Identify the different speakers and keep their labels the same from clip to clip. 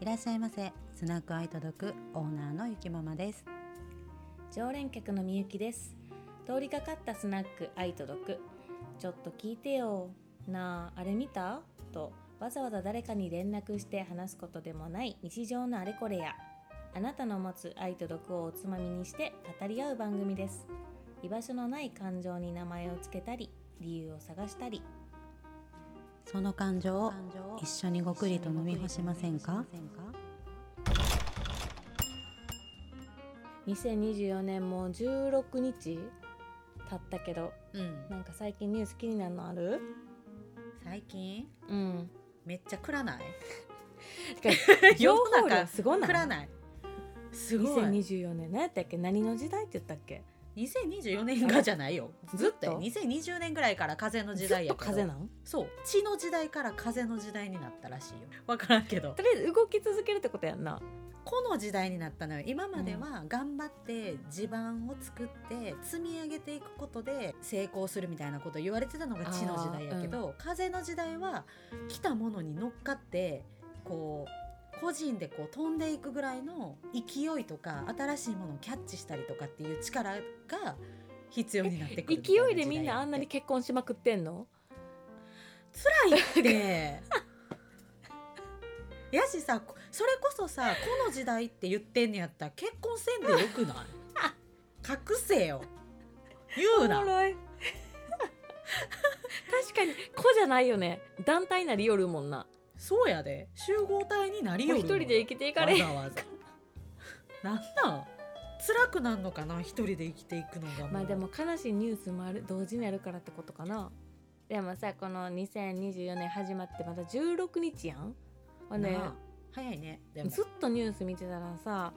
Speaker 1: いらっしゃいませスナックアイ届くオーナーのゆきママです
Speaker 2: 常連客のみゆきです通りかかったスナック愛と毒ちょっと聞いてよなああれ見たとわざわざ誰かに連絡して話すことでもない日常のあれこれやあなたの持つ愛と毒をおつまみにして語り合う番組です居場所のない感情に名前をつけたり理由を探したり
Speaker 1: その感情を一緒にごくりと飲み干しませんか
Speaker 2: 2024年も16日経ったけど
Speaker 1: うん
Speaker 2: なんか最近ニュース気になるのある
Speaker 1: 最近
Speaker 2: うん
Speaker 1: めっちゃくらない
Speaker 2: 情
Speaker 1: 世の
Speaker 2: 報
Speaker 1: 中
Speaker 2: 量すごない
Speaker 1: くらないすごい
Speaker 2: 2024年何やったっけ何の時代って言ったっけ
Speaker 1: 2024年がじゃないよずっと
Speaker 2: ずっと
Speaker 1: 2020年ぐらいから風の時
Speaker 2: ずっ
Speaker 1: 代
Speaker 2: と
Speaker 1: やけど
Speaker 2: 風なん
Speaker 1: そう地の時代から風の時代になったらしいよ分からんけど
Speaker 2: とりあえず動き続けるってことやんな
Speaker 1: この時代になったのよ今までは頑張って地盤を作って積み上げていくことで成功するみたいなこと言われてたのが地の時代やけど、風の時代は来たものに乗っかってこう個人でこう飛んでいくぐらいの勢いとか新しいものをキャッチしたりとかっていう力が必要になってくるみたな
Speaker 2: 勢い
Speaker 1: 時代
Speaker 2: でみんなあんなに結婚しまくってんの
Speaker 1: 辛いって やしさこそれこそさこの時代って言ってんのやったら結婚せんでよ くない隠せよ言う
Speaker 2: おも
Speaker 1: な
Speaker 2: ろ い確かに子じゃないよね団体なりよるもんな
Speaker 1: そうやで集合体になり
Speaker 2: お
Speaker 1: よ
Speaker 2: 一人で生
Speaker 1: き
Speaker 2: きていかれへん
Speaker 1: わざわざなんなん辛くなんのかな一人で生きていくのがう
Speaker 2: まあでも悲しいニュースもある同時にあるからってことかなでもさこの2024年始まってまだ16日やんほんで
Speaker 1: なあ早いねでも
Speaker 2: ずっとニュース見てたらさ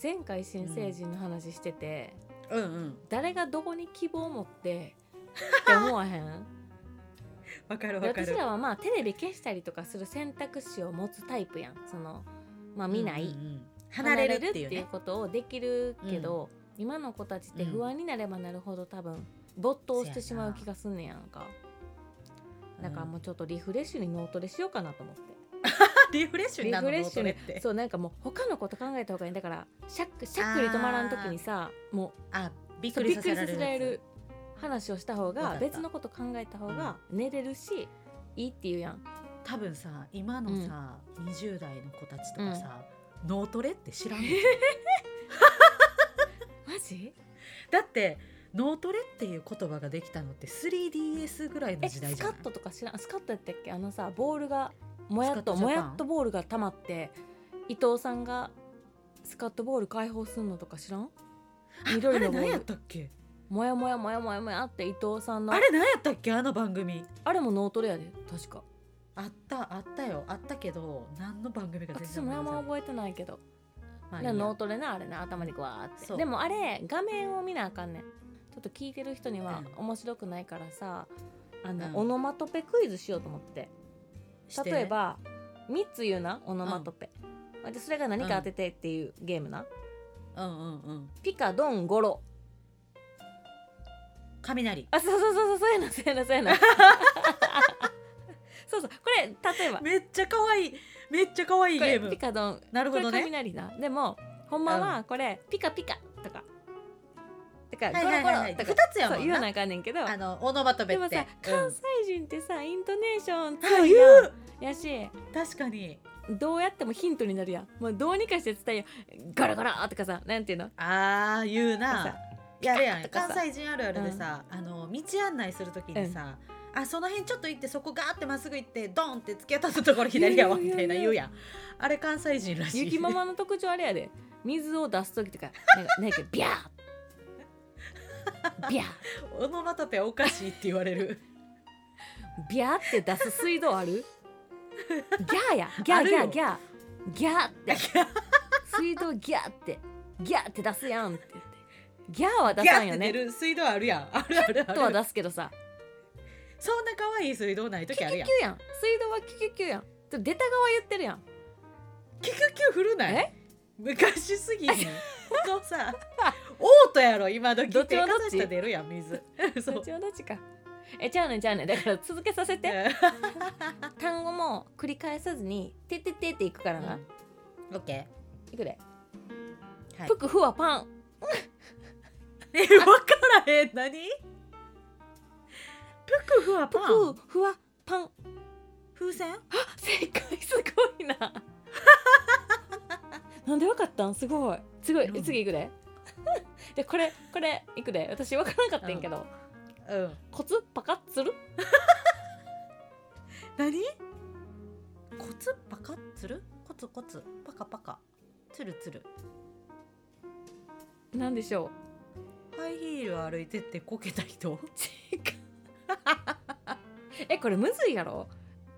Speaker 2: 前回新成人の話してて、
Speaker 1: うんうん
Speaker 2: 誰がどこに希望を持 ってって思わへん
Speaker 1: わかる
Speaker 2: で
Speaker 1: わかる
Speaker 2: 私らはまあテレビ消したりとかする選択肢を持つタイプやんそのまあ見ない、
Speaker 1: うんうんうん離れるっていう
Speaker 2: 離れ
Speaker 1: ね
Speaker 2: ことをできるけど、今の子たちって不安になればなるほど多分没頭してしまう気がすんねやんかだからもうちょっとリフレッシュに脳トレしようかなと思って。
Speaker 1: うんリフレッシュに
Speaker 2: リ
Speaker 1: な
Speaker 2: フ
Speaker 1: るの
Speaker 2: レ
Speaker 1: 脳
Speaker 2: ッシ
Speaker 1: ト
Speaker 2: ュ
Speaker 1: レ
Speaker 2: ね
Speaker 1: って
Speaker 2: そうなんかもう他のこと考えた方がいいだからしゃっくしゃっくり止まらん時にさも
Speaker 1: あび
Speaker 2: う
Speaker 1: っ
Speaker 2: そ
Speaker 1: く
Speaker 2: う
Speaker 1: り
Speaker 2: び
Speaker 1: さ
Speaker 2: っく
Speaker 1: せ
Speaker 2: りさ
Speaker 1: られ
Speaker 2: せ
Speaker 1: る
Speaker 2: られ
Speaker 1: やつ
Speaker 2: る話をした方
Speaker 1: わかっ
Speaker 2: が
Speaker 1: た
Speaker 2: 別のこと考えた方が寝れるし、いいっていうやん
Speaker 1: 多分さ今のさ、20代の子たちとかさ、脳トレって知らんの
Speaker 2: マジ
Speaker 1: だって脳トレっていう言葉ができたのって 3DS ぐらいの
Speaker 2: え
Speaker 1: 時代
Speaker 2: ス
Speaker 1: じ
Speaker 2: カ
Speaker 1: ゃない
Speaker 2: ットとか知らんスカットやったっけあのさボールがもやっと
Speaker 1: スカットジャパン
Speaker 2: もやっとボールが溜まって伊藤さんがスカットボール解放するのとか知らん
Speaker 1: あ
Speaker 2: 緑
Speaker 1: れ
Speaker 2: のボ
Speaker 1: 何や
Speaker 2: ー
Speaker 1: っ
Speaker 2: ル
Speaker 1: たっけ
Speaker 2: もやもやもやもやもやって伊藤さんの
Speaker 1: あれ何やったっけあの番組
Speaker 2: あれも脳トレやで確か
Speaker 1: あったあったよあったけど何の番組か全
Speaker 2: 私
Speaker 1: 然
Speaker 2: もやもや
Speaker 1: 覚
Speaker 2: 覚えてないけど
Speaker 1: え
Speaker 2: な脳
Speaker 1: 脳
Speaker 2: トレなあれな頭にグワーっ
Speaker 1: そう
Speaker 2: てでもあれ画面を見なあかんねんちょっと聞いてる人には
Speaker 1: うん
Speaker 2: 面白くないからさあの、
Speaker 1: うん
Speaker 2: オノマトペクイズしようと思って例えば3つ言うなオノマトペ、でそれが何か当ててっていうゲームな、
Speaker 1: うんうんうん
Speaker 2: ピカドンゴロ
Speaker 1: 雷
Speaker 2: あそうそうそうそうそうやなそうやなそうやな そうそうこれ例えばこ
Speaker 1: めっちゃ可愛いめっちゃ可愛いゲ
Speaker 2: れ
Speaker 1: ーム
Speaker 2: ピカドン
Speaker 1: なる
Speaker 2: こ
Speaker 1: ほ
Speaker 2: れ
Speaker 1: どね
Speaker 2: 雷なでもほんまはこれピカピカとかだからゴロゴロと
Speaker 1: 2
Speaker 2: か
Speaker 1: つやも
Speaker 2: そうん言わな
Speaker 1: な
Speaker 2: あかんねんけど
Speaker 1: あのオノマトペ
Speaker 2: で
Speaker 1: っ
Speaker 2: も
Speaker 1: て
Speaker 2: さ
Speaker 1: う
Speaker 2: 関
Speaker 1: ん
Speaker 2: 西人ってさイントネーション
Speaker 1: あ
Speaker 2: 強い
Speaker 1: 言
Speaker 2: や
Speaker 1: うん
Speaker 2: やし
Speaker 1: 確かに
Speaker 2: どうやってもヒントになるやんもうどうにかして伝えようガラガラとかさなんていうの
Speaker 1: あー言うな
Speaker 2: さ
Speaker 1: やるやん
Speaker 2: ピカッと
Speaker 1: 関
Speaker 2: かさ
Speaker 1: 西人あるあるでさ、あの道案内するときにさ、あその辺ちょっと行ってそこガーってまっすぐ行ってドンって突き当たったところ左やわみたいな言うやんあれ関西人らしい
Speaker 2: ゆきママの特徴あれやで水を出す時とかなんかなんか ビャービャー
Speaker 1: オノマトペおかしいって言わ れる
Speaker 2: ビャーって出す水道あるギャーやギャ
Speaker 1: あ
Speaker 2: ー
Speaker 1: る
Speaker 2: ギャ
Speaker 1: よ
Speaker 2: ーギャーギャーって水道ギャーってギャーって出すやんって言ってギャーは出
Speaker 1: ギャ
Speaker 2: さ
Speaker 1: ー
Speaker 2: ん
Speaker 1: っ
Speaker 2: よ
Speaker 1: て出
Speaker 2: ね
Speaker 1: る水道あるやんあるあるあ
Speaker 2: とは
Speaker 1: る
Speaker 2: 出すけどさ
Speaker 1: そんな可愛い水道ない
Speaker 2: キ
Speaker 1: と
Speaker 2: ュキ
Speaker 1: き
Speaker 2: ュ
Speaker 1: あ
Speaker 2: キ
Speaker 1: る
Speaker 2: ュ
Speaker 1: や
Speaker 2: や
Speaker 1: ん
Speaker 2: ん水道はキュキュキュやんちょっと出た側言ってるやん
Speaker 1: キュキュキュ振るない
Speaker 2: え
Speaker 1: 昔すぎんのこの さオートやろ今時
Speaker 2: どっちもどっち
Speaker 1: 手かざしたら出るやん 水そ
Speaker 2: どっ
Speaker 1: う
Speaker 2: ちもどっちかえちゃうねんちゃうねんだから続けさせて単語も繰り返さずに「ててて」っていくからな、
Speaker 1: うんオッケ
Speaker 2: いくで、
Speaker 1: ー。はい。
Speaker 2: ぷくふわパン
Speaker 1: え、分からへん。何ぷくふわ
Speaker 2: ぷ
Speaker 1: パ
Speaker 2: く
Speaker 1: ン。
Speaker 2: ふわパン
Speaker 1: 風船
Speaker 2: 正解すごいななんでわかったんすごいすごい、
Speaker 1: うん
Speaker 2: 次いくででこれこれいくで私わからなかったんやけど、
Speaker 1: うん。
Speaker 2: コツパカッツル
Speaker 1: 何コツパカつるコツコツパカパカつるつる
Speaker 2: なんでしょ
Speaker 1: ハイヒール歩いてってこけた人
Speaker 2: うえこれむずいやろ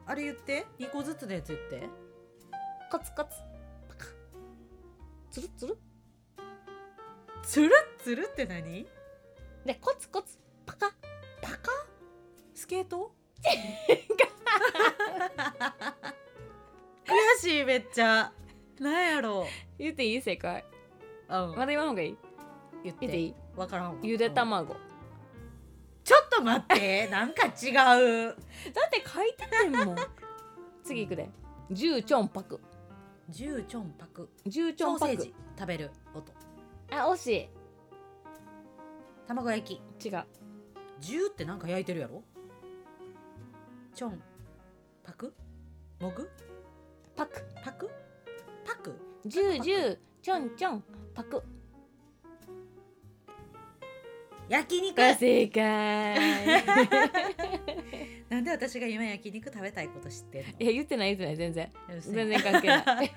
Speaker 1: あれ言って2個ずつのやつ言って
Speaker 2: コツコツパカッツルツル
Speaker 1: つるつるって何
Speaker 2: でコツコツパカッ
Speaker 1: パカスケート 悔しいめっちゃなんやろ
Speaker 2: 言っていい正解
Speaker 1: う、うん
Speaker 2: まだ言わんほうがいい
Speaker 1: 言って
Speaker 2: 言っていい
Speaker 1: わからんわ
Speaker 2: ゆで
Speaker 1: うん
Speaker 2: 卵、
Speaker 1: ちょっと待ってなんか違う
Speaker 2: だって書いててんもん次いくで十ちょんぱく
Speaker 1: 十ちょんぱく
Speaker 2: 十ち
Speaker 1: ソ
Speaker 2: ょん
Speaker 1: ーセ
Speaker 2: ぱ
Speaker 1: ー
Speaker 2: く
Speaker 1: ジ食べる音
Speaker 2: あ惜し
Speaker 1: 卵焼き
Speaker 2: い違う
Speaker 1: ジューってなんか焼いてるやろちょんパクもぐ
Speaker 2: パク
Speaker 1: パクパク
Speaker 2: 十十ちょんちょんパク
Speaker 1: 焼肉
Speaker 2: が正 解
Speaker 1: なんで私が今焼肉食べたいこと知ってんの
Speaker 2: いや言ってない言ってない全然
Speaker 1: うるせえ
Speaker 2: 全然関係ない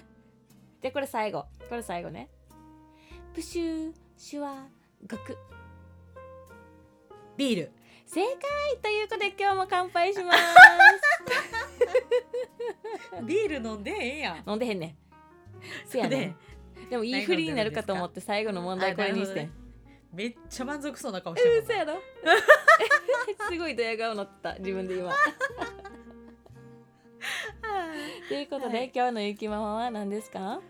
Speaker 2: でこれ最後これ最後ねプシューシュワガク
Speaker 1: ビール
Speaker 2: 正解ということで今日も乾杯します
Speaker 1: ビール飲んでええやん
Speaker 2: 飲んでへんねんせやねんでもいい振りになるかと思って最後の問題これにしてん
Speaker 1: めっちゃ満足そうな顔して
Speaker 2: え
Speaker 1: る
Speaker 2: 嘘やろ すごいドヤ顔なってた自分で今ということで、
Speaker 1: はい
Speaker 2: 今日のゆきママは何ですか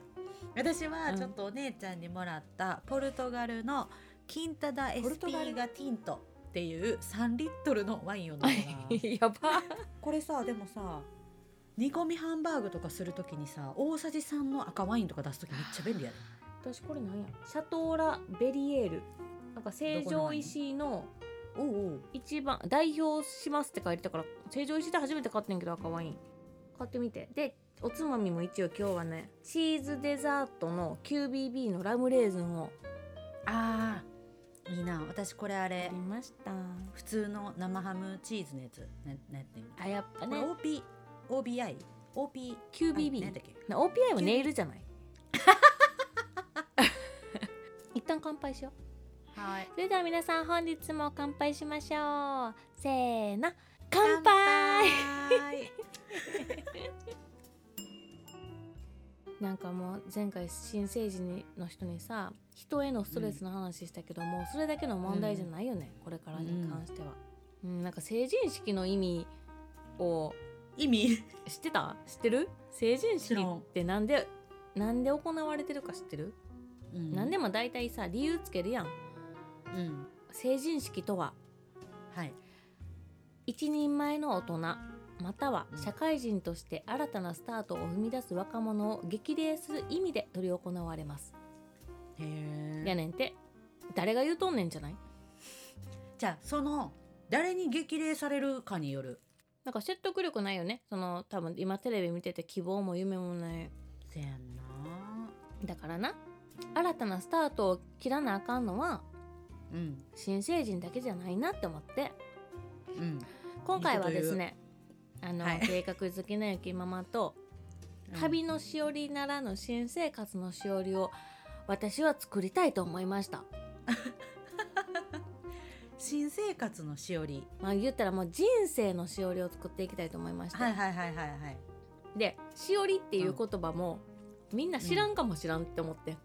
Speaker 1: 私は
Speaker 2: うん
Speaker 1: ちょっとお姉ちゃんにもらったポルトガルのキンタダエ
Speaker 2: ポル
Speaker 1: ス
Speaker 2: ト
Speaker 1: ピ
Speaker 2: ガル
Speaker 1: ーガティントっていう3リットルのワインを飲んだ
Speaker 2: やば
Speaker 1: これさでもさ煮込みハンバーグとかするときにさ大さじ3の赤ワインとか出すときめっちゃ便利やね
Speaker 2: 私これなんやシャトーラ・ベリエールなんか成城石井の
Speaker 1: おうおう
Speaker 2: 一番代表しますって書いてたから成城石井で初めて買ってんけど赤ワイン買ってみてでおつまみも一応今日はねチーズデザートの QBB のラムレーズンを
Speaker 1: あーいいな私これあれ
Speaker 2: 買いました
Speaker 1: 普通の生ハムチーズのやつねなんていうの
Speaker 2: あやっぱね
Speaker 1: これ OPOBI OP
Speaker 2: QBB
Speaker 1: なんだっけ
Speaker 2: な OPI はネイルじゃない一旦乾杯しよう
Speaker 1: はい
Speaker 2: それでは皆さん本日も乾杯しましょうせーの乾杯
Speaker 1: 乾 杯
Speaker 2: なんかもう前回新成人にの人にさ人へのストレスの話したけど、もうそれだけの問題じゃないよね、これからに関しては、うんなんか成人式の意味を
Speaker 1: 意味
Speaker 2: 知ってた知ってる成人式
Speaker 1: 知らん
Speaker 2: ってなんでなんで行われてるか知ってる、なんでも大体さ理由つけるやん
Speaker 1: うん
Speaker 2: 成人式とは
Speaker 1: はい
Speaker 2: 一人前の大人または
Speaker 1: うん
Speaker 2: 社会人として新たなスタートを踏み出す若者を激励する意味で執り行われます。
Speaker 1: へ
Speaker 2: や
Speaker 1: え
Speaker 2: ねんて誰が言うとんねんじゃない
Speaker 1: じゃあその誰に激励されるかによる
Speaker 2: なんか説得力ないよねその多分今テレビ見てて希望も夢もない
Speaker 1: せやんな
Speaker 2: だからな新たなスタートを切らなあかんのは
Speaker 1: うん
Speaker 2: 新成人だけじゃないなって思って
Speaker 1: うん
Speaker 2: 今回はですねあの、
Speaker 1: はい
Speaker 2: 計画好きなゆきママと旅のしおりならぬ新生活のしおりを私は作りたいと思いました。
Speaker 1: 新生活のしおり
Speaker 2: まあ言ったらもう人生のしおりを作っていきたいと思いました。
Speaker 1: はいはいはいはいはい
Speaker 2: でしおりっていう言葉も、みんな知らんかも知らんって思って、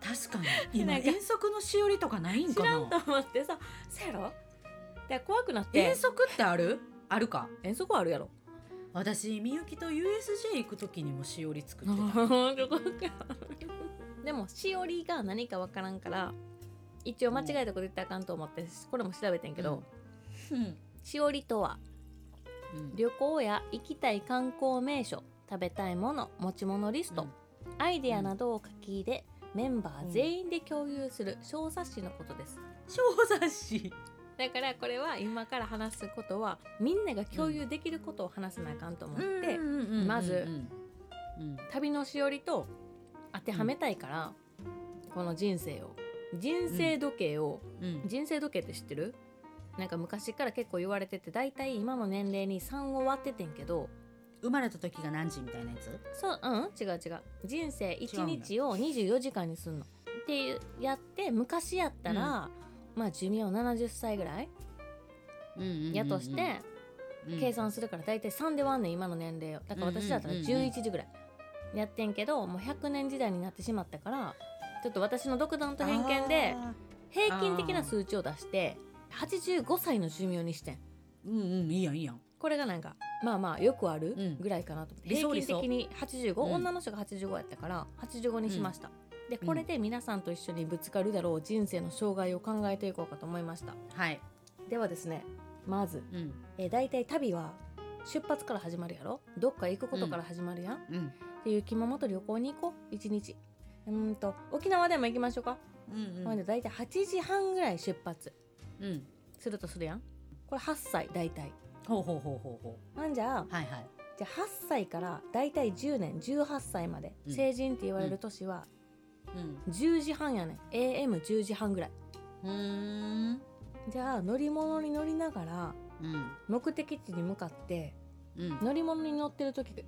Speaker 1: 確か に今
Speaker 2: なんか
Speaker 1: 遠足のしおりとかないん
Speaker 2: 知
Speaker 1: から
Speaker 2: んと
Speaker 1: な
Speaker 2: 思ってさせやろで怖くなって
Speaker 1: 遠足ってあるあるか
Speaker 2: 遠足はあるや ろ
Speaker 1: 私みゆきと USJ 行く時にもしおり作って た
Speaker 2: でもしおりが何かわからんから一応間違えたこと言ったらあかんと思ってこれも調べてんけど、
Speaker 1: うん
Speaker 2: しおりとは
Speaker 1: うん
Speaker 2: 旅行や行きたい観光名所食べたいもの持ち物リスト、
Speaker 1: うん
Speaker 2: アイデアなどを書き入れメンバー全員で共有する小冊子のことです
Speaker 1: 小冊子
Speaker 2: だからこれは今から話すことはみんなが共有できることを話さなあかんと思って、まず
Speaker 1: うん
Speaker 2: 旅のしおりと当てはめたいから、この人生を人生時計を、
Speaker 1: うん
Speaker 2: 人生時計って知ってるなんか昔から結構言われてて大体今の年齢に3を割っててんけど
Speaker 1: 生まれた時が何時みたいなやつ
Speaker 2: そううん違う違う人生1日を24時間にすんのっていうやって昔やったら、まあ寿命70歳ぐらいやとして、計算するから大体3で割んねん今の年齢をだから私だったら
Speaker 1: うんうんうんうん
Speaker 2: 11時ぐらいやってんけどもう100年時代になってしまったからちょっと私の独断と偏見で
Speaker 1: あー
Speaker 2: 平均的な数値を出して85歳の寿命にしてん
Speaker 1: うんうんいいやんいいやん
Speaker 2: これがなんかまあまあよくあ
Speaker 1: う
Speaker 2: る
Speaker 1: ん
Speaker 2: ぐらいかなと思って、
Speaker 1: 理想
Speaker 2: 平均的に85、
Speaker 1: うん
Speaker 2: 女の人が85やったから85にしました、でこれで皆さんと一緒にぶつかるだろう人生の障害を考えていこうかと思いました
Speaker 1: はい
Speaker 2: ではですねまず
Speaker 1: うん
Speaker 2: えー、大体旅は出発から始まるやろどっか行くことから始まるやん、っ
Speaker 1: うん
Speaker 2: ていう気ままと旅行に行こう一日うーんと沖縄でも行きましょうか、
Speaker 1: うん
Speaker 2: ほんで大体8時半ぐらい出発
Speaker 1: うん
Speaker 2: するとするやんこれ8歳大体
Speaker 1: ほうほうほうほうほ
Speaker 2: なんじゃあ
Speaker 1: うはいはい
Speaker 2: じゃあ8歳から大体10年18歳まで、
Speaker 1: うん
Speaker 2: 成人って言われる年は
Speaker 1: うん
Speaker 2: 10時半やねん AM10 時半ぐらいう
Speaker 1: ーん
Speaker 2: じゃあ乗り物に乗りながら
Speaker 1: うん
Speaker 2: 目的地に向かって
Speaker 1: うん
Speaker 2: 乗り物に乗ってる時が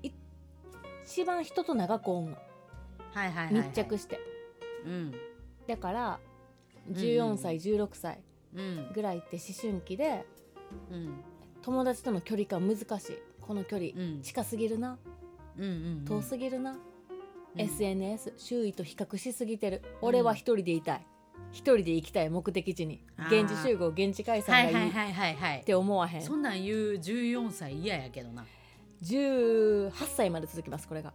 Speaker 2: 一番人と長くおんの
Speaker 1: はいはいはいはい
Speaker 2: 密着して、
Speaker 1: うん
Speaker 2: だから
Speaker 1: ん
Speaker 2: 14歳、16歳
Speaker 1: うん
Speaker 2: ぐらいって思春期で
Speaker 1: うん
Speaker 2: 友達との距離感難しいこの距離、
Speaker 1: うん
Speaker 2: 近すぎるな
Speaker 1: うんうん
Speaker 2: 遠すぎるな、
Speaker 1: うん
Speaker 2: SNS 周囲と比較しすぎてる、俺は一人でいたい一人で行きたい目的地に
Speaker 1: あー
Speaker 2: 現地集合現地解散
Speaker 1: は
Speaker 2: がいい、
Speaker 1: いはいはいはいはい
Speaker 2: って思わへん
Speaker 1: そんなん言う14歳嫌やけどな
Speaker 2: 18歳まで続きますこれが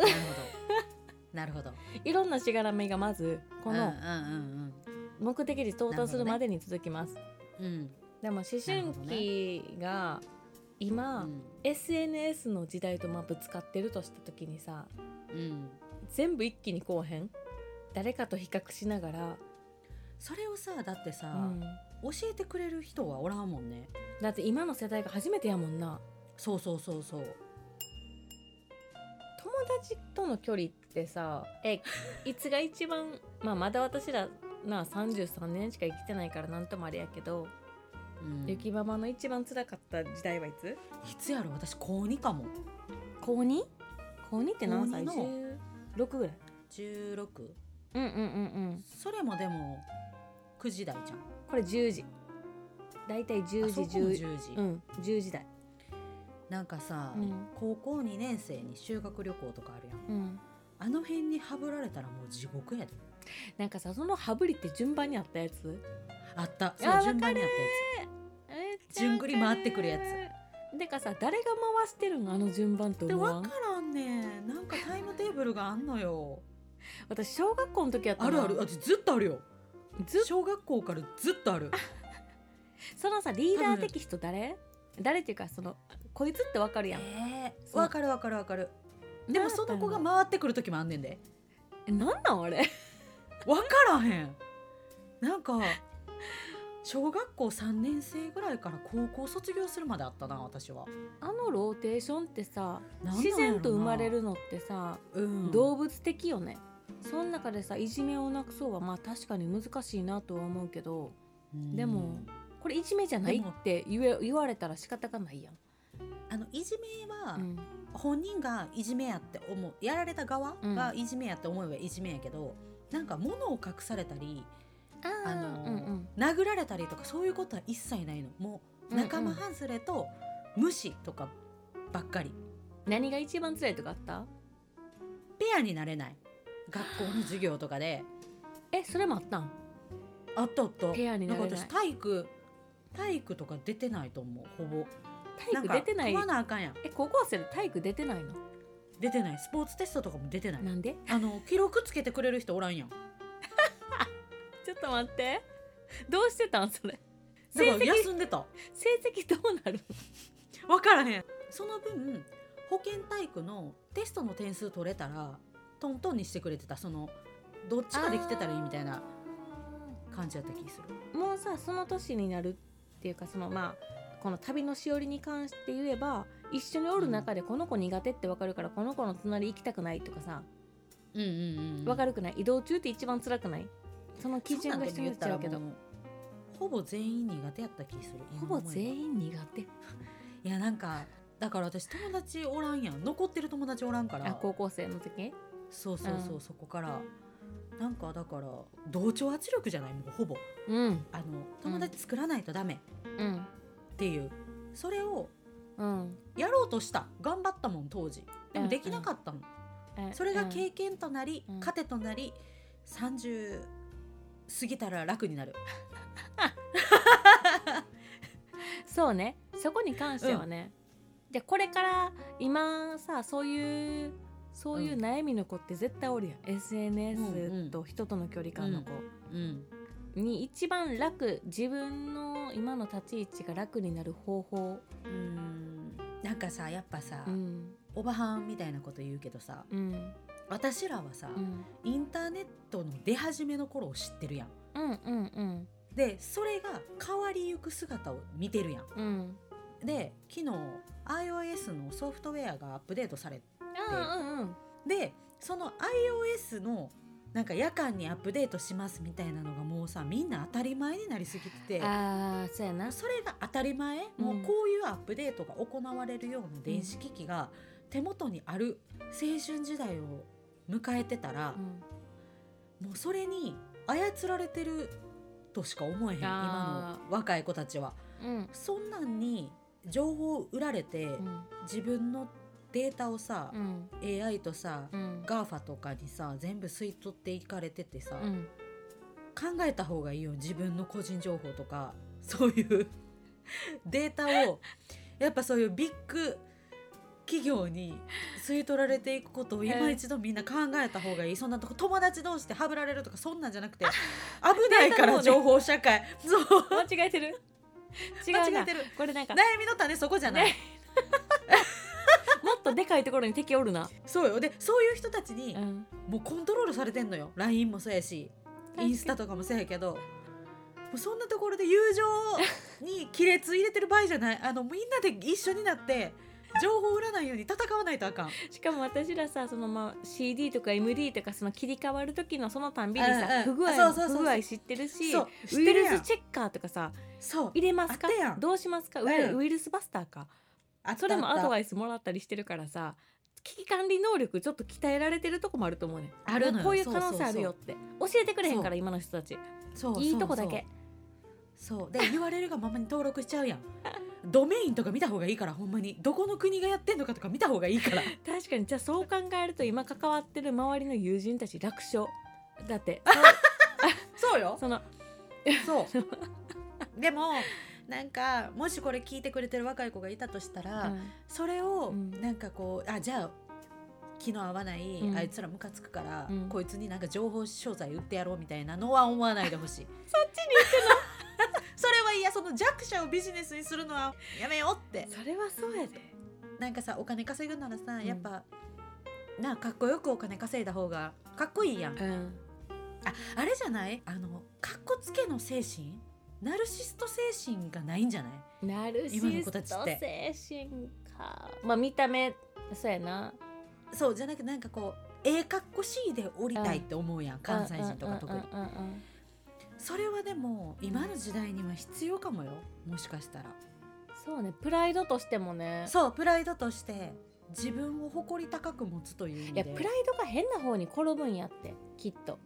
Speaker 1: な るほどなるほど
Speaker 2: いろんなしがらみがまずこ
Speaker 1: うんう
Speaker 2: の
Speaker 1: ん
Speaker 2: 目的地到達する
Speaker 1: なるほどね
Speaker 2: までに続きます、
Speaker 1: うんうん
Speaker 2: でも思春期が
Speaker 1: う
Speaker 2: 今、
Speaker 1: ん
Speaker 2: SNS の時代とまあぶつかってるとした時にさ
Speaker 1: うん
Speaker 2: 全部一気にこうへん誰かと比較しながら、
Speaker 1: それをさだってさ、
Speaker 2: うん
Speaker 1: 教えてくれる人はおらんもんね
Speaker 2: だって今の世代が初めてやもんな
Speaker 1: そうそうそうそう
Speaker 2: 友達との距離ってさえいつが一番、まあ、まだ私らな33年しか生きてないから何ともあれやけど、
Speaker 1: うん、い
Speaker 2: 雪ママの一番辛かった時代はいつ
Speaker 1: つやろ私高2かも
Speaker 2: 高 2? 高2って何歳
Speaker 1: 高二の
Speaker 2: ?16 ぐらい
Speaker 1: 16
Speaker 2: うんうんうんうん
Speaker 1: それもでも9時台じゃん
Speaker 2: これ10時大体10
Speaker 1: あ
Speaker 2: 時
Speaker 1: そこ
Speaker 2: 10
Speaker 1: も10時、
Speaker 2: うん10時台
Speaker 1: なんかさ、
Speaker 2: うん
Speaker 1: 高校2年生に修学旅行とかあるやん
Speaker 2: うん
Speaker 1: あの辺にはぶられたらもう地獄やで
Speaker 2: なんかさその羽振りって順番にあったやつ
Speaker 1: あった
Speaker 2: あ
Speaker 1: そう
Speaker 2: ー
Speaker 1: 順番にあったやじゅんぐり回ってくるや
Speaker 2: つでかさ誰が回してるのあの順番って
Speaker 1: つで
Speaker 2: 思わ
Speaker 1: 分
Speaker 2: ん
Speaker 1: からんねんなんかタイムテーブルがあんのよ
Speaker 2: 私小学校の時やった
Speaker 1: ある
Speaker 2: な
Speaker 1: あるあずっとあるよ
Speaker 2: ずっ
Speaker 1: 小学校からずっとある
Speaker 2: そのさリーダー的人誰誰っていうかそのこいつってわかるやん
Speaker 1: えー
Speaker 2: そう
Speaker 1: わかるわかるわかるでもその子が
Speaker 2: ま
Speaker 1: 回ってくる時もあんねんで
Speaker 2: えなんなんあれ
Speaker 1: 分からへんな んか小学校3年生ぐらいから高校卒業するまであったな私は、
Speaker 2: あのローテーションってさ
Speaker 1: なんなんや
Speaker 2: 自
Speaker 1: ろな
Speaker 2: 然と生まれるのってさ
Speaker 1: うん
Speaker 2: 動物的よね、その中でさいじめをなくそうはまあ確かに難しいなとは思うけど
Speaker 1: うん
Speaker 2: でもこれいじめじゃない
Speaker 1: でも
Speaker 2: って言え言われたら仕方がないやん、
Speaker 1: あのいじめは、
Speaker 2: うん
Speaker 1: 本人がいじめやって思うやられた側がいじめやって思えばいじめやけど、なんか物を隠されたり
Speaker 2: あー
Speaker 1: あのー
Speaker 2: うんうん
Speaker 1: 殴られたりとかそういうことは一切ないのもう仲間外れと無視とかばっかり、
Speaker 2: 何が一番辛いとかあった
Speaker 1: ペアになれない学校の授業とかで
Speaker 2: えそれもあったん
Speaker 1: あったあった
Speaker 2: ペアになれない
Speaker 1: んか私体育体育とか出てないと思うほぼ
Speaker 2: 体育出てない
Speaker 1: んか飛ばなあかんやん
Speaker 2: え高校生で体育出てないの
Speaker 1: 出てないスポーツテストとかも出てない
Speaker 2: なんで
Speaker 1: あの記録つけてくれる人おらんやん
Speaker 2: ちょっと待ってどうしてたんそれ
Speaker 1: だ
Speaker 2: 成
Speaker 1: から
Speaker 2: 績
Speaker 1: 休んでた
Speaker 2: 成績どうなる
Speaker 1: 分からへんその分保健体育のテストの点数取れたらトントンにしてくれてたそのどっちかできてたらいいみたいな感じやった気する
Speaker 2: もうさその年になるっていうかそのまあこの旅のしおりに関して言えば一緒におる中でこの子苦手ってわかるからこの子の隣行きたくないとかさ
Speaker 1: うんうんうん
Speaker 2: わか
Speaker 1: る
Speaker 2: るくない移動中って一番辛くないその基準が人によっちゃうけど
Speaker 1: ほぼ全員苦手やった気する
Speaker 2: ほぼ
Speaker 1: 員
Speaker 2: 全員苦手
Speaker 1: いやなんかだから私友達おらんやん残ってる友達おらんから
Speaker 2: あ高校生の時
Speaker 1: そうそうそう、
Speaker 2: うん
Speaker 1: そこからなんかだから同調圧力じゃないもうほぼ
Speaker 2: うん
Speaker 1: あの友達作らないとダメ
Speaker 2: うん
Speaker 1: っていう、それを
Speaker 2: うん
Speaker 1: やろうとした頑張ったもん当時でもできなかったもん、
Speaker 2: え
Speaker 1: それが
Speaker 2: うん
Speaker 1: 経験となり、
Speaker 2: うん
Speaker 1: 糧となり30過ぎたら楽になる
Speaker 2: そうねそこに関してはね、じゃあこれから今さそういうそういう
Speaker 1: うん
Speaker 2: 悩みの子って絶対おるやん、
Speaker 1: うんう
Speaker 2: SNS
Speaker 1: ん
Speaker 2: と人との距離感の子
Speaker 1: うん
Speaker 2: に一番楽自分の今の立ち位置が楽になる方法
Speaker 1: うんなんかさやっぱさ、
Speaker 2: うん
Speaker 1: おばはんみたいなこと言うけどさ
Speaker 2: うん
Speaker 1: 私らはさ、
Speaker 2: うん
Speaker 1: インターネットの出始めの頃を知ってるやん
Speaker 2: うんうんうん
Speaker 1: でそれが変わりゆく姿を見てるやん
Speaker 2: うん
Speaker 1: で昨日 iOS のソフトウェアがアップデートされ
Speaker 2: あうんうん
Speaker 1: でその iOS のなんか夜間にアップデートしますみたいなのがもうさみんな当たり前になりすぎてて
Speaker 2: ああそうやな
Speaker 1: それが当たり前、
Speaker 2: うん
Speaker 1: もうこういうアップデートが行われるような電子機器が手元にある青春時代を迎えてたら
Speaker 2: う、ん
Speaker 1: もうそれに操られてるとしか思えへん今
Speaker 2: あー
Speaker 1: の若い子たちは。
Speaker 2: うん
Speaker 1: そんなんに情報を売られて、
Speaker 2: うん
Speaker 1: 自分のデータをさ
Speaker 2: う、ん
Speaker 1: AI とさ、
Speaker 2: うん
Speaker 1: GAFA とかにさ全部吸い取っていかれててさ、
Speaker 2: うん
Speaker 1: 考えた方がいいよ自分の個人情報とかそういうデータをやっぱそういうビッグ企業に吸い取られていくことを
Speaker 2: えー
Speaker 1: 今一度みんな考えた方がいい、そんなとこ友達同士ではぶられるとかそんなんじゃなくて危ないか
Speaker 2: デ
Speaker 1: ら
Speaker 2: ータ
Speaker 1: 情報社会そう
Speaker 2: 間違えてる違うな
Speaker 1: 間違えてる
Speaker 2: これなんか
Speaker 1: 悩みの種そこじゃない、
Speaker 2: ねもっとでかいところに敵おるな。
Speaker 1: そうよでそういう人たちに
Speaker 2: うん、
Speaker 1: もうコントロールされてんのよ LINE もそうやし
Speaker 2: かに
Speaker 1: インスタとかもそうやけどもうそんなところで友情に亀裂入れてる場合じゃないあのみんなで一緒になって情報を売らないように戦わないとあかん。
Speaker 2: しかも私らさそのまあ CD とか MD とかその切り替わる時のそのたんびに
Speaker 1: うんうん
Speaker 2: さ不具合
Speaker 1: そうそうそうそう
Speaker 2: 不具合知ってるし
Speaker 1: そう知っ
Speaker 2: ウ
Speaker 1: て
Speaker 2: イ
Speaker 1: る
Speaker 2: ル
Speaker 1: やん
Speaker 2: スチェッカーとかさ
Speaker 1: そう
Speaker 2: 入れますか
Speaker 1: あったやん
Speaker 2: どうしますかウ
Speaker 1: うん
Speaker 2: イウイルスバスターか
Speaker 1: あった
Speaker 2: それもアド
Speaker 1: あっ
Speaker 2: バイスもらったりしてるからさ危機管理能力ちょっと鍛えられてるとこもあると思うねん
Speaker 1: あるのよ
Speaker 2: こういう可能性あるよって教えてくれへんから
Speaker 1: そ
Speaker 2: 今の人たち
Speaker 1: たそう
Speaker 2: いいとこだけ
Speaker 1: そうそうで URL がままに登録しちゃ うやんドメインとか見た方がいいからほんまにどこの国がやってんのかとか見た方がいいから
Speaker 2: 確かにじゃあそう考えると今関わってる周りの友人たち楽勝だ って
Speaker 1: そうよ
Speaker 2: そその
Speaker 1: そう でもなんかもしこれ聞いてくれてる若い子がいたとしたら、
Speaker 2: うん
Speaker 1: それを
Speaker 2: うん
Speaker 1: なんかこう、あじゃあ気の合わない、
Speaker 2: うん
Speaker 1: あいつらムカつくから、
Speaker 2: うん
Speaker 1: こいつになんか情報商材売ってやろうみたいなのは思わないでほしい
Speaker 2: そっちに
Speaker 1: それはいやその弱者をビジネスにするのはやめようって
Speaker 2: それはそうやで
Speaker 1: なんかさお金稼ぐならさ、
Speaker 2: ん
Speaker 1: やっぱなあかっこよくお金稼いだ方がかっこいいやん、
Speaker 2: うん
Speaker 1: ああれじゃないあのかっこつけの精神ナルシスト精神がないんじゃない
Speaker 2: ナルシ
Speaker 1: 今の
Speaker 2: ス
Speaker 1: 子
Speaker 2: ト
Speaker 1: たちって
Speaker 2: 精神かまあ見た目そうやな
Speaker 1: そうじゃなくてなんかこうええかっこしいで降りたいって思うやん、関西人とか特に、
Speaker 2: うんうんうんうん
Speaker 1: それはでも今の時代には必要かもよもしかしたら、
Speaker 2: そうねプライドとしてもね
Speaker 1: そうプライドとして自分を誇り高く持つという意味
Speaker 2: いや
Speaker 1: で
Speaker 2: プライドが変な方に転ぶんやってきっと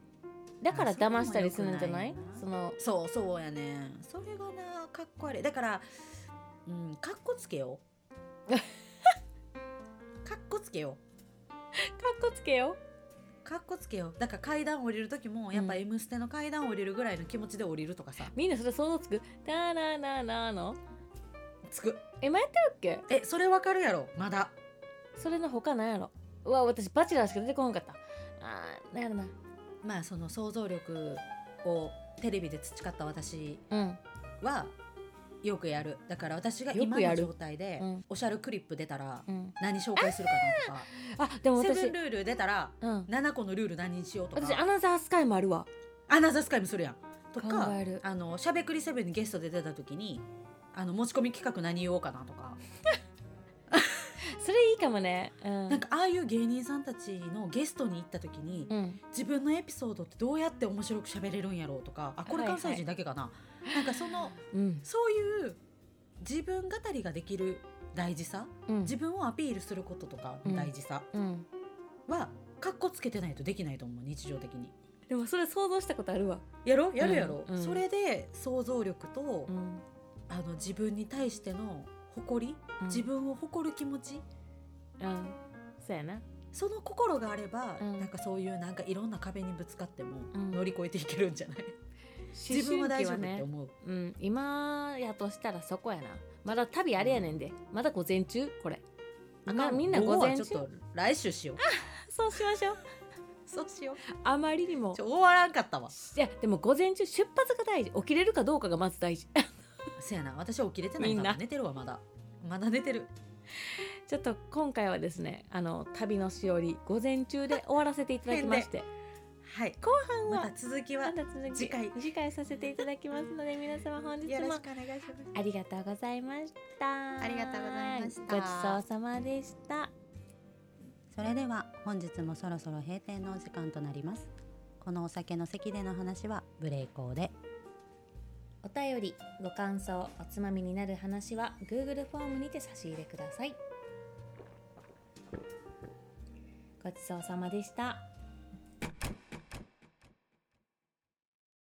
Speaker 2: だから騙したりするんじゃない
Speaker 1: あ
Speaker 2: そ
Speaker 1: そ
Speaker 2: の
Speaker 1: そうそうやねそれがなかっこ悪いだからうんかっこつ けようかっこつけよう
Speaker 2: かっこつけよ
Speaker 1: かっこつけようだから階段降りる時もやっぱ「
Speaker 2: うん
Speaker 1: M ステ」の階段降りるぐらいの気持ちで降りるとかさ、
Speaker 2: みんなそれ想像つく「ダーラーラーラーの
Speaker 1: つく
Speaker 2: 今やってるっけ
Speaker 1: えそれわかるやろまだ
Speaker 2: それの他なんやろうわ私バチェラーしか出てこなかったあーなんやろな
Speaker 1: まあその想像力をテレビで培った私
Speaker 2: うん
Speaker 1: はよくやるだから私が
Speaker 2: よ
Speaker 1: 今
Speaker 2: くや
Speaker 1: の
Speaker 2: る
Speaker 1: 状態で
Speaker 2: うん
Speaker 1: おしゃるクリップ出たら
Speaker 2: うん、
Speaker 1: 何紹介するかなと
Speaker 2: あでも
Speaker 1: か
Speaker 2: 私
Speaker 1: セブンルール出たら
Speaker 2: うん、
Speaker 1: 7個のルール何にしようと
Speaker 2: 私ア
Speaker 1: か
Speaker 2: ナザースカイもあるわ
Speaker 1: アナザースカイもするやんと
Speaker 2: 考
Speaker 1: か
Speaker 2: える
Speaker 1: あのしゃべくりセブンにゲストで出た時にあの持ち込み企画何言おうかなとか、
Speaker 2: それいいかもねうん
Speaker 1: なんかああいう芸人さんたちのゲストに行った時に、
Speaker 2: うん
Speaker 1: 自分のエピソードってどうやって面白く喋れるんやろうとかあこれ
Speaker 2: はいは
Speaker 1: 関
Speaker 2: い
Speaker 1: 西人だけかな、なんかその
Speaker 2: うん
Speaker 1: そういう自分語りができる大事さ
Speaker 2: うん
Speaker 1: 自分をアピールすることとかの大事さ
Speaker 2: うん
Speaker 1: は、かっこつけてないとできないと思う日常的に。
Speaker 2: でもそれ想像したことあるわ
Speaker 1: やろやるやろ、
Speaker 2: うんうん
Speaker 1: それで想像力と、
Speaker 2: うん
Speaker 1: あの自分に対しての誇り自分を誇る気持ち
Speaker 2: うんそうやな
Speaker 1: その心があれば、
Speaker 2: うん
Speaker 1: なんかそういうなんかいろんな壁にぶつかっても
Speaker 2: うん
Speaker 1: 乗り越えていけるんじゃない、自
Speaker 2: 自
Speaker 1: 分は大丈夫って
Speaker 2: ね
Speaker 1: 思う。
Speaker 2: うん今やとしたらそこやなまだ旅あれやねんでまだ午前中これ
Speaker 1: あ
Speaker 2: ま
Speaker 1: か
Speaker 2: あ
Speaker 1: ん
Speaker 2: みんな
Speaker 1: 午
Speaker 2: 午
Speaker 1: 後は
Speaker 2: 前
Speaker 1: ち
Speaker 2: 中
Speaker 1: ょっと来週しよう。
Speaker 2: そうしま しょう
Speaker 1: そうしよう。
Speaker 2: あまりにも
Speaker 1: ちょ終わらんかったわ。
Speaker 2: いやでも午前中出発が大事起きれるかどうかがまず大事
Speaker 1: せやな、私は起きれてないか
Speaker 2: みんな
Speaker 1: ら寝てるわまだ。まだ寝てる。
Speaker 2: ちょっと今回はですねあの旅のしおり午前中で終わらせていただきまして
Speaker 1: はい。
Speaker 2: 後半
Speaker 1: ま
Speaker 2: は
Speaker 1: た続きは
Speaker 2: ま
Speaker 1: よ
Speaker 2: た続き
Speaker 1: 次回
Speaker 2: 次回させていただきますので皆様本日
Speaker 1: ろしくお
Speaker 2: も
Speaker 1: 願いします。
Speaker 2: ありがとうございました
Speaker 1: ありがとうございました
Speaker 2: ごちそうさまでした
Speaker 3: それでは本日もそろそろ閉店のお時間となりますこのお酒の席での話は無礼講で
Speaker 2: お便りご感想おつまみになる話は Google フォームにて差し入れくださいごちそうさまでした